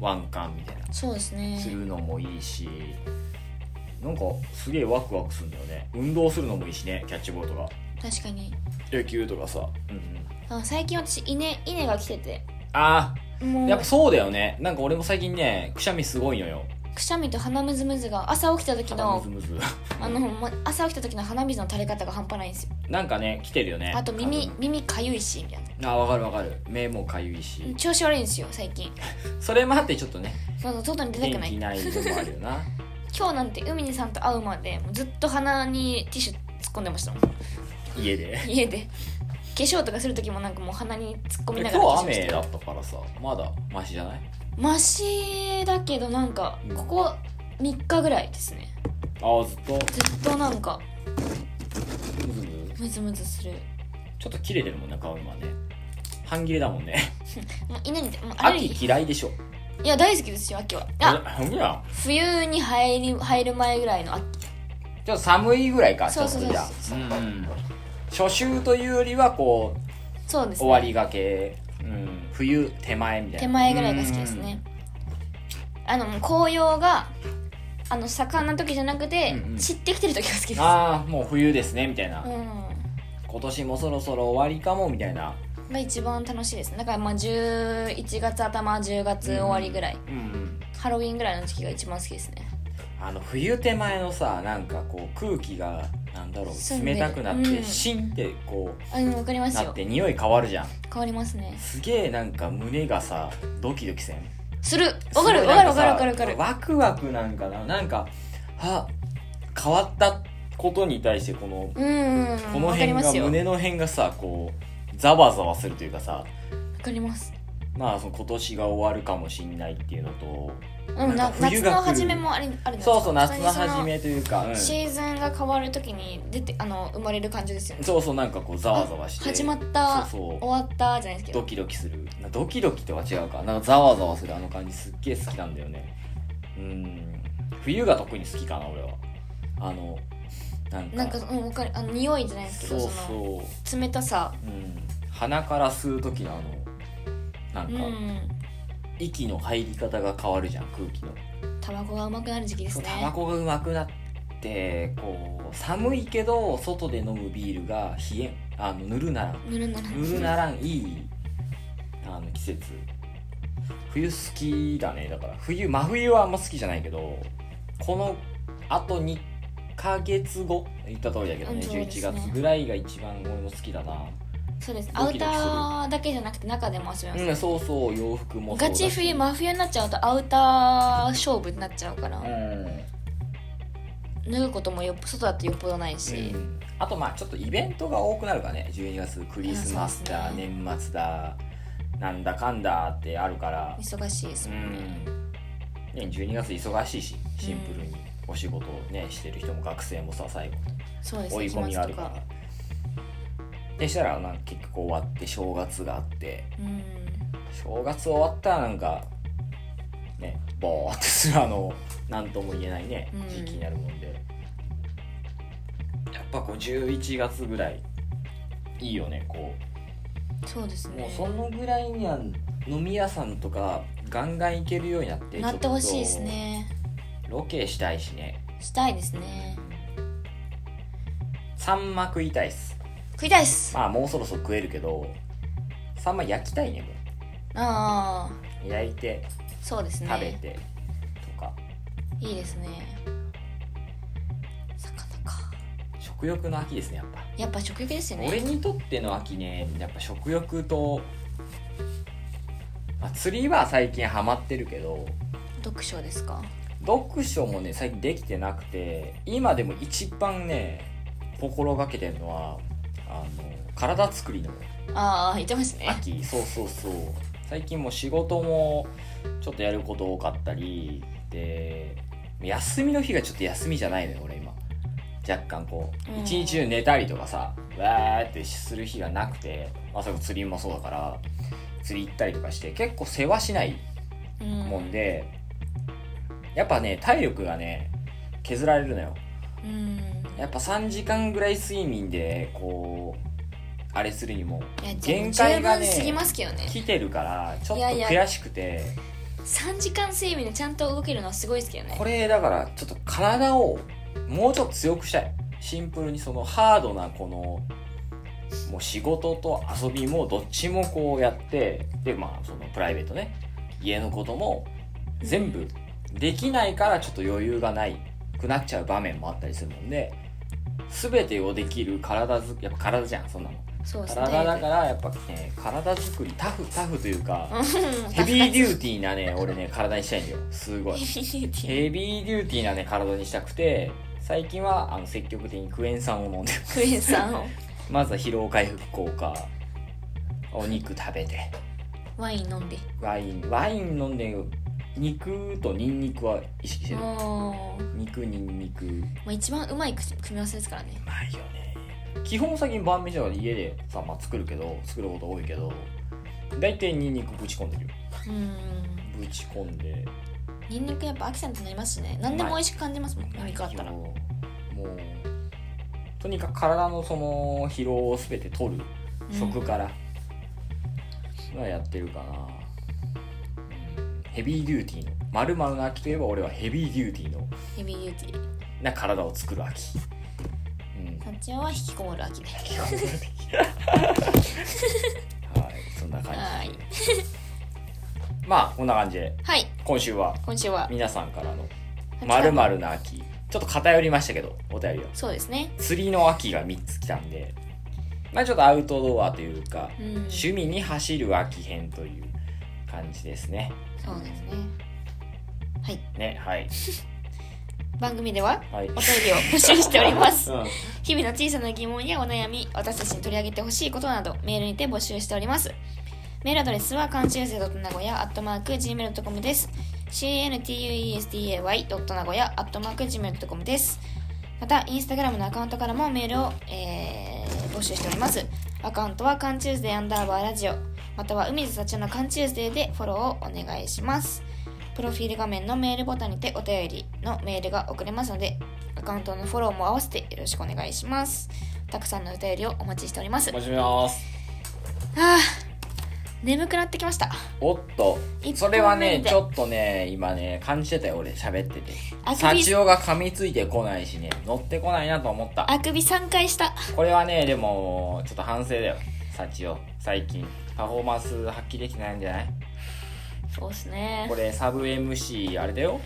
[SPEAKER 1] ワンカンみたいな
[SPEAKER 2] そうです
[SPEAKER 1] す
[SPEAKER 2] ね
[SPEAKER 1] るのもいいし、なんかすげえワクワクするんだよね運動するのもいいしねキャッチボールとか
[SPEAKER 2] 確かに
[SPEAKER 1] 野球とかさ、うんうん、
[SPEAKER 2] あ最近私稲稲が来てて
[SPEAKER 1] あ
[SPEAKER 2] も
[SPEAKER 1] ー
[SPEAKER 2] う
[SPEAKER 1] やっぱそうだよねなんか俺も最近ねくしゃみすごいのよ
[SPEAKER 2] くしゃみと鼻むずむずが朝起きた時
[SPEAKER 1] 鼻む
[SPEAKER 2] の
[SPEAKER 1] ずむず
[SPEAKER 2] あのま朝起きた時の鼻水の垂れ方が半端ないんですよ
[SPEAKER 1] [LAUGHS] なんかね来てるよね
[SPEAKER 2] あと耳耳かゆいしみたいな
[SPEAKER 1] あわかるわかる目もかゆいし、
[SPEAKER 2] 調子悪いんですよ最近
[SPEAKER 1] それもあってちょっとね
[SPEAKER 2] そうそう外に出たく
[SPEAKER 1] 元
[SPEAKER 2] ない
[SPEAKER 1] 気ないのもあるよ
[SPEAKER 2] [LAUGHS]
[SPEAKER 1] な
[SPEAKER 2] 今日なんて海にさんと会うまでもうずっと鼻にティッシュ突っ込んでましたも
[SPEAKER 1] [LAUGHS]
[SPEAKER 2] ん
[SPEAKER 1] 家で
[SPEAKER 2] 家で化粧とかする時もなんかもう鼻に突っ込み
[SPEAKER 1] 今
[SPEAKER 2] な
[SPEAKER 1] 日
[SPEAKER 2] がら化粧し
[SPEAKER 1] 雨
[SPEAKER 2] て
[SPEAKER 1] だったからさまだマシじゃない
[SPEAKER 2] マシだけどなんかここ3日ぐらいですね
[SPEAKER 1] ああずっと
[SPEAKER 2] ずっとなんか
[SPEAKER 1] ムズムズ
[SPEAKER 2] ムズムズする
[SPEAKER 1] ちょっと切れてるもんね顔今ね半切れだもんね
[SPEAKER 2] もう稲にもうアレルギ
[SPEAKER 1] 秋嫌いでしょ
[SPEAKER 2] ーいや大好きですよ秋はあ
[SPEAKER 1] ほんとや
[SPEAKER 2] 冬に入り入る前ぐらいの秋
[SPEAKER 1] ちょっと寒いぐらいかち
[SPEAKER 2] そ
[SPEAKER 1] ょ
[SPEAKER 2] う
[SPEAKER 1] っと
[SPEAKER 2] そう
[SPEAKER 1] じ
[SPEAKER 2] そう
[SPEAKER 1] ゃあうん初秋というよりはこう
[SPEAKER 2] そうですね
[SPEAKER 1] 終わりがけ、うん、冬手前みたいな
[SPEAKER 2] 手前ぐらいが好きですねあのもう紅葉があの盛んな時じゃなくて、
[SPEAKER 1] うんうん
[SPEAKER 2] 散ってきてる時が好きで
[SPEAKER 1] うん
[SPEAKER 2] す
[SPEAKER 1] ああもう冬ですねみたいな、
[SPEAKER 2] うん
[SPEAKER 1] 今年もそろそろ終わりかもみたいな
[SPEAKER 2] が一番楽しいですねだからまあ11月頭10月終わりぐらい、
[SPEAKER 1] うんうん
[SPEAKER 2] ハロウィンぐらいの時期が一番好きですね
[SPEAKER 1] あの冬手前のさなんかこう空気がなんだろ
[SPEAKER 2] 澄
[SPEAKER 1] うん
[SPEAKER 2] で
[SPEAKER 1] 冷
[SPEAKER 2] る
[SPEAKER 1] たくなっ
[SPEAKER 2] う
[SPEAKER 1] て
[SPEAKER 2] ん
[SPEAKER 1] シンってこ
[SPEAKER 2] あでも分かりま
[SPEAKER 1] う
[SPEAKER 2] す
[SPEAKER 1] なっ
[SPEAKER 2] よ
[SPEAKER 1] て匂い変わるじゃん
[SPEAKER 2] 変わりますね
[SPEAKER 1] すげえなんか胸がさドキドキせん
[SPEAKER 2] する分かる分かる分かる分かる分かる
[SPEAKER 1] ワクワクなんかななんかあ変わったことに対してこの
[SPEAKER 2] うんうんうん
[SPEAKER 1] この
[SPEAKER 2] 分か
[SPEAKER 1] 辺
[SPEAKER 2] りま
[SPEAKER 1] が
[SPEAKER 2] すよ分
[SPEAKER 1] 胸の辺がさこうざわざわするというかさ
[SPEAKER 2] かります
[SPEAKER 1] まあその今年が終わるかもしんないっていうのと
[SPEAKER 2] うん
[SPEAKER 1] なんか
[SPEAKER 2] な
[SPEAKER 1] 冬が来
[SPEAKER 2] 夏
[SPEAKER 1] る
[SPEAKER 2] の初めもあるあるんですよ
[SPEAKER 1] そうそう夏の
[SPEAKER 2] 普通にそ
[SPEAKER 1] 初めというか、うん
[SPEAKER 2] シーズンが変わるときに出てあの生まれる感じですよね
[SPEAKER 1] そうそうなんかこうざわざわして
[SPEAKER 2] 始まった
[SPEAKER 1] そうそう
[SPEAKER 2] 終わったじゃないですけ
[SPEAKER 1] ド
[SPEAKER 2] ど
[SPEAKER 1] キドキするなドキドキとは違うかなんかざわざわするあの感じすっげえ好きなんだよねうん冬が特に好きかな俺はあのなんか
[SPEAKER 2] なんかうんわかるあの匂いじゃないですけ
[SPEAKER 1] そ
[SPEAKER 2] ど
[SPEAKER 1] う
[SPEAKER 2] そ
[SPEAKER 1] そ
[SPEAKER 2] の冷たさ
[SPEAKER 1] う、うん、鼻から吸う時のあの
[SPEAKER 2] う
[SPEAKER 1] なんか
[SPEAKER 2] ん
[SPEAKER 1] 息の入り方が変わるじゃん空気の
[SPEAKER 2] タバコがうまくなる時期です
[SPEAKER 1] そう
[SPEAKER 2] ね
[SPEAKER 1] タバコがうまくなってこう寒いけど外で飲むビールが冷えんあのぬるならん
[SPEAKER 2] 塗るんだな
[SPEAKER 1] ぬるならんいいあの季節冬好きだねだから冬真冬はあんま好きじゃないけどこのあと2ヶ月後言った通りだけどね
[SPEAKER 2] うんそうで
[SPEAKER 1] 11
[SPEAKER 2] すね
[SPEAKER 1] 月ぐらいが一番俺も好きだな
[SPEAKER 2] そうですア
[SPEAKER 1] ド
[SPEAKER 2] ウ
[SPEAKER 1] キ
[SPEAKER 2] タ
[SPEAKER 1] ドキする
[SPEAKER 2] ーだけじゃなくて中でも遊
[SPEAKER 1] う
[SPEAKER 2] び
[SPEAKER 1] ん、
[SPEAKER 2] ます
[SPEAKER 1] そうそう洋服もそうだ
[SPEAKER 2] ガ
[SPEAKER 1] し
[SPEAKER 2] チ冬真冬になっちゃうとアウター勝負になっちゃうから
[SPEAKER 1] うん
[SPEAKER 2] 脱ぐこともよっぽ外だとよっぽどないし
[SPEAKER 1] うんあとまあちょっとイベントが多くなるからね12月クリスマス
[SPEAKER 2] あ
[SPEAKER 1] だ、
[SPEAKER 2] そうです
[SPEAKER 1] 年末だなんだかんだってあるから
[SPEAKER 2] 忙しいです
[SPEAKER 1] う
[SPEAKER 2] もんね
[SPEAKER 1] ん、ね、12月忙しいしシンプルにお仕事をねしてる人も学生もさ最後
[SPEAKER 2] そうです
[SPEAKER 1] 追い
[SPEAKER 2] ね
[SPEAKER 1] 込み
[SPEAKER 2] 期
[SPEAKER 1] があ
[SPEAKER 2] 末
[SPEAKER 1] る
[SPEAKER 2] と
[SPEAKER 1] から
[SPEAKER 2] か
[SPEAKER 1] でしたらなんか結局終わって正月があって
[SPEAKER 2] うん
[SPEAKER 1] 正月終わったらなんかねボーってするあの何とも言えないね
[SPEAKER 2] うん
[SPEAKER 1] 時期になるもんで、やっぱこう11月ぐらいいいよねこう
[SPEAKER 2] そうですね
[SPEAKER 1] もうそのぐらいには飲み屋さんとかガンガン行けるようになって
[SPEAKER 2] なってほしいで
[SPEAKER 1] ち
[SPEAKER 2] す
[SPEAKER 1] ょっと
[SPEAKER 2] ね
[SPEAKER 1] ロケしたいしね
[SPEAKER 2] したいですね
[SPEAKER 1] サンマ食いたいっす
[SPEAKER 2] 食いたいっす
[SPEAKER 1] まあもうそろそろ食えるけどサンマ焼きたいねも
[SPEAKER 2] ああ
[SPEAKER 1] う焼いて
[SPEAKER 2] そうですね
[SPEAKER 1] 食べて、とか
[SPEAKER 2] いいですね魚か
[SPEAKER 1] 食欲の秋ですねやっぱ
[SPEAKER 2] やっぱ食欲ですよ
[SPEAKER 1] 俺
[SPEAKER 2] ね
[SPEAKER 1] にとっての秋ねやっぱ食欲と、まあ、釣りは最近ハマってるけど
[SPEAKER 2] 読書ですか
[SPEAKER 1] 読書もね最近できてなくて今でも一番ね心がけてるのはあの体作りの
[SPEAKER 2] ああ言ってますね
[SPEAKER 1] 秋そうそうそう最近もう仕事もちょっとやること多かったりで休みの日がちょっと休みじゃないのよ俺今若干こ
[SPEAKER 2] う
[SPEAKER 1] うん一日中寝たりとかさわーってする日がなくてまさか釣りもそうだから釣り行ったりとかして結構世話しない
[SPEAKER 2] うん
[SPEAKER 1] もんでやっぱね体力がね削られるのよ
[SPEAKER 2] うん
[SPEAKER 1] やっぱ3時間ぐらい睡眠でこうあれするにも
[SPEAKER 2] いやでも
[SPEAKER 1] 限
[SPEAKER 2] 十
[SPEAKER 1] 界
[SPEAKER 2] 分
[SPEAKER 1] がね
[SPEAKER 2] 過ぎますけどね
[SPEAKER 1] 来てるからちょっ
[SPEAKER 2] い
[SPEAKER 1] と
[SPEAKER 2] やいや
[SPEAKER 1] 悔しくて
[SPEAKER 2] 3時間睡眠でちゃんと動けるのはすごいですけどね
[SPEAKER 1] これだからちょっと体をもうちょっと強くしたいシンプルにそのハードなこのもう仕事と遊びもどっちもこうやってでまあそのプライベートね家のことも全部できないからちょっと余裕がないくなっちゃう場面もあったりするもんで全てをできる体づやっぱ体じゃんそんなの
[SPEAKER 2] そうですね
[SPEAKER 1] 体だからやっぱね体作りタフタフというか
[SPEAKER 2] うん
[SPEAKER 1] ヘ
[SPEAKER 2] [LAUGHS]
[SPEAKER 1] ビーデューティーなね俺ね体にしたいんだよすごい
[SPEAKER 2] ヘビーデューティー
[SPEAKER 1] ヘビーデューティーなね体にしたくて最近はあの積極的にクエン酸を飲んでる
[SPEAKER 2] クエン酸を
[SPEAKER 1] [LAUGHS] まずは疲労回復効果お肉食べて
[SPEAKER 2] ワイン飲んで
[SPEAKER 1] ワインワイン飲んで肉とニンニクは意識してる
[SPEAKER 2] もう
[SPEAKER 1] 肉ニンニクう
[SPEAKER 2] まあ一番うまい組み合わせですからね
[SPEAKER 1] まいよね基本最近晩飯だから家でさ、まあ、作るけど作ること多いけど大体ニンニクぶち込んでるよ
[SPEAKER 2] うん
[SPEAKER 1] ぶち込んで
[SPEAKER 2] ニンニクやっぱアクセントになりますしね何でも美味しく感じますもん何かあったら
[SPEAKER 1] もうとにかく体のその疲労を全て取る
[SPEAKER 2] うん
[SPEAKER 1] 食から、はやってるかなヘビーデューティーのまるの秋といえば俺はヘビーデューティーの
[SPEAKER 2] ヘビーデューティー
[SPEAKER 1] な体を作る秋、うん、
[SPEAKER 2] タッチは引きこもる秋で
[SPEAKER 1] はいそんな感
[SPEAKER 2] は
[SPEAKER 1] じ
[SPEAKER 2] い
[SPEAKER 1] で
[SPEAKER 2] [LAUGHS]
[SPEAKER 1] まあこんな感じで
[SPEAKER 2] はい
[SPEAKER 1] 今週は
[SPEAKER 2] 今週は
[SPEAKER 1] 皆さんからの「ま
[SPEAKER 2] ま
[SPEAKER 1] るな秋」ちょっと偏りましたけどお便りは
[SPEAKER 2] そうですね
[SPEAKER 1] 釣りの秋が3つ来たんで、まあ、ちょっとアウトドアというか、
[SPEAKER 2] うん
[SPEAKER 1] 趣味に走る秋編という感じですね。
[SPEAKER 2] そうですねはい
[SPEAKER 1] ね、はい。
[SPEAKER 2] 番組では
[SPEAKER 1] はい。
[SPEAKER 2] お便りを [LAUGHS] 募集しております
[SPEAKER 1] うん、
[SPEAKER 2] 日々の小さな疑問やお悩み私たちに取り上げてほしいことなどメールにて募集しておりますメールアドレスは監修生 .nagoya.gmail.com です cantuesday.nagoya.gmail.com ですまたインスタグラムのアカウントからもメールを、えー募集しておりますアカウントは監修生アンダーバーラジオまたは海津幸男の監修生でフォローをお願いしますプロフィール画面のメールボタンにてお便りのメールが送れますので、アカウントのフォローも合わせてよろしくお願いします。たくさんのお便りをお待ちしております。
[SPEAKER 1] お
[SPEAKER 2] は
[SPEAKER 1] 待ちしてます。
[SPEAKER 2] あ、眠くなってきました。
[SPEAKER 1] おっと
[SPEAKER 2] 一本目、で
[SPEAKER 1] それはね、ちょっとね、今ね、感じてたよ、俺、喋ってて。
[SPEAKER 2] あく
[SPEAKER 1] サ
[SPEAKER 2] び、
[SPEAKER 1] チオが噛みついてこないしね、乗ってこないなと思った。
[SPEAKER 2] あくび3回した。
[SPEAKER 1] これはね、でも、ちょっと反省だよ、サチオ。最近、パフォーマンス発揮できてないんじゃない
[SPEAKER 2] そうですね
[SPEAKER 1] こ。れ、サブ MC、あれだよ。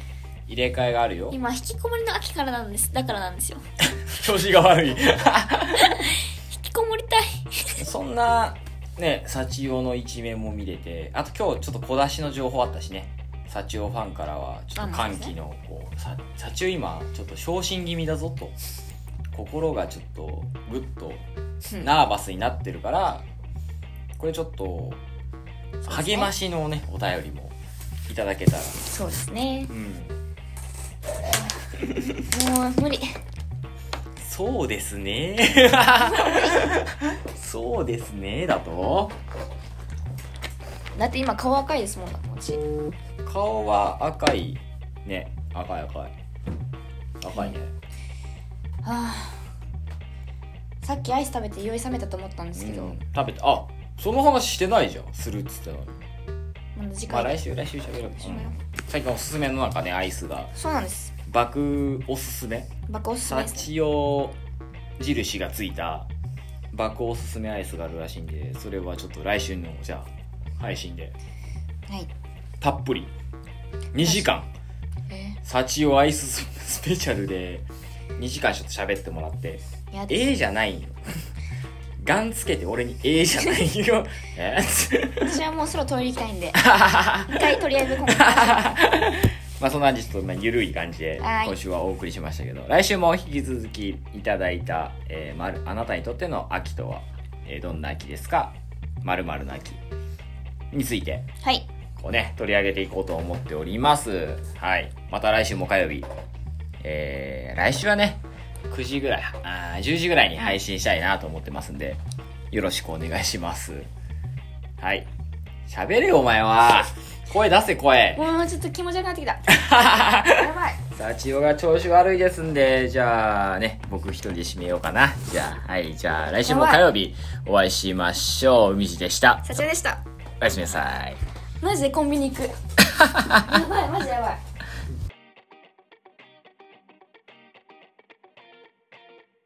[SPEAKER 1] 入れ替えがあるよ。
[SPEAKER 2] 今、引きこもりの秋からなんです。だからなんですよ。
[SPEAKER 1] 調子が悪い。
[SPEAKER 2] 引きこもりたい。
[SPEAKER 1] [LAUGHS] そんな、ね、幸男の一面も見れて、あと今日ちょっと小出しの情報あったしね。幸男ファンからは、ちょっと歓喜の、こう、さ幸男今、ちょっと昇進気味だぞと。心がちょっと、ぐっと、ナーバスに [LAUGHS] なってるから、これちょっと、
[SPEAKER 2] そうですね
[SPEAKER 1] 励ましのね、お便りもいただけたら。
[SPEAKER 2] そうですね
[SPEAKER 1] う。ん。
[SPEAKER 2] もう無理。
[SPEAKER 1] そうです
[SPEAKER 2] [LAUGHS]
[SPEAKER 1] ね。そうですね、だと。
[SPEAKER 2] だって今、顔赤いですもん、私。
[SPEAKER 1] 顔は赤いね赤い赤い赤いね
[SPEAKER 2] はあ、さっきアイス食べて酔い冷めたと思ったんですけど、
[SPEAKER 1] うん食べてあその話してないじゃんするっつってたのに
[SPEAKER 2] まだ時
[SPEAKER 1] まあ
[SPEAKER 2] 間
[SPEAKER 1] 来週来週喋ろう、うん最近おすすめのなんかねアイスが
[SPEAKER 2] そうなんです。
[SPEAKER 1] 爆おすすめ
[SPEAKER 2] 爆おすすめ
[SPEAKER 1] サ
[SPEAKER 2] ですね。
[SPEAKER 1] チオ印がついた爆おすすめアイスがあるらしいんでそれはちょっと来週のじゃあ配信で
[SPEAKER 2] はい。
[SPEAKER 1] たっぷり2時間
[SPEAKER 2] え
[SPEAKER 1] サチオアイススペシャルで2時間ちょっと喋ってもらって
[SPEAKER 2] ー、やだ
[SPEAKER 1] A じゃないよ。ガンつけて俺に A じゃないよ。え [LAUGHS] [LAUGHS]
[SPEAKER 2] 私はもうそろトイレ行きたいんで、一回とりあえず今回
[SPEAKER 1] まあそんな実とゆるい感じで
[SPEAKER 2] はい
[SPEAKER 1] 今週はお送りしましたけど、来週も引き続きいただいた、えーまるあなたにとっての秋とは、えーどんな秋ですかまるの秋について
[SPEAKER 2] はい
[SPEAKER 1] こうね取り上げていこうと思っておりますはいまた来週も火曜日えー、来週はね9時ぐらいあー10時ぐらいに配信したいなと思ってますんでよろしくお願いしますはい喋れよお前は声出せ声
[SPEAKER 2] もうちょっと気持ち悪くなって
[SPEAKER 1] [LAUGHS]
[SPEAKER 2] きたやばい
[SPEAKER 1] さあ、千代が調子悪いですんで、じゃあね、僕一人で締めようかな。じゃあ、はい、じゃあ来週も火曜日お会いしましょう。海地でした。
[SPEAKER 2] 社長でした
[SPEAKER 1] おやすみなさい。 [LAUGHS]
[SPEAKER 2] マジでコンビニ行くやばいマジやばい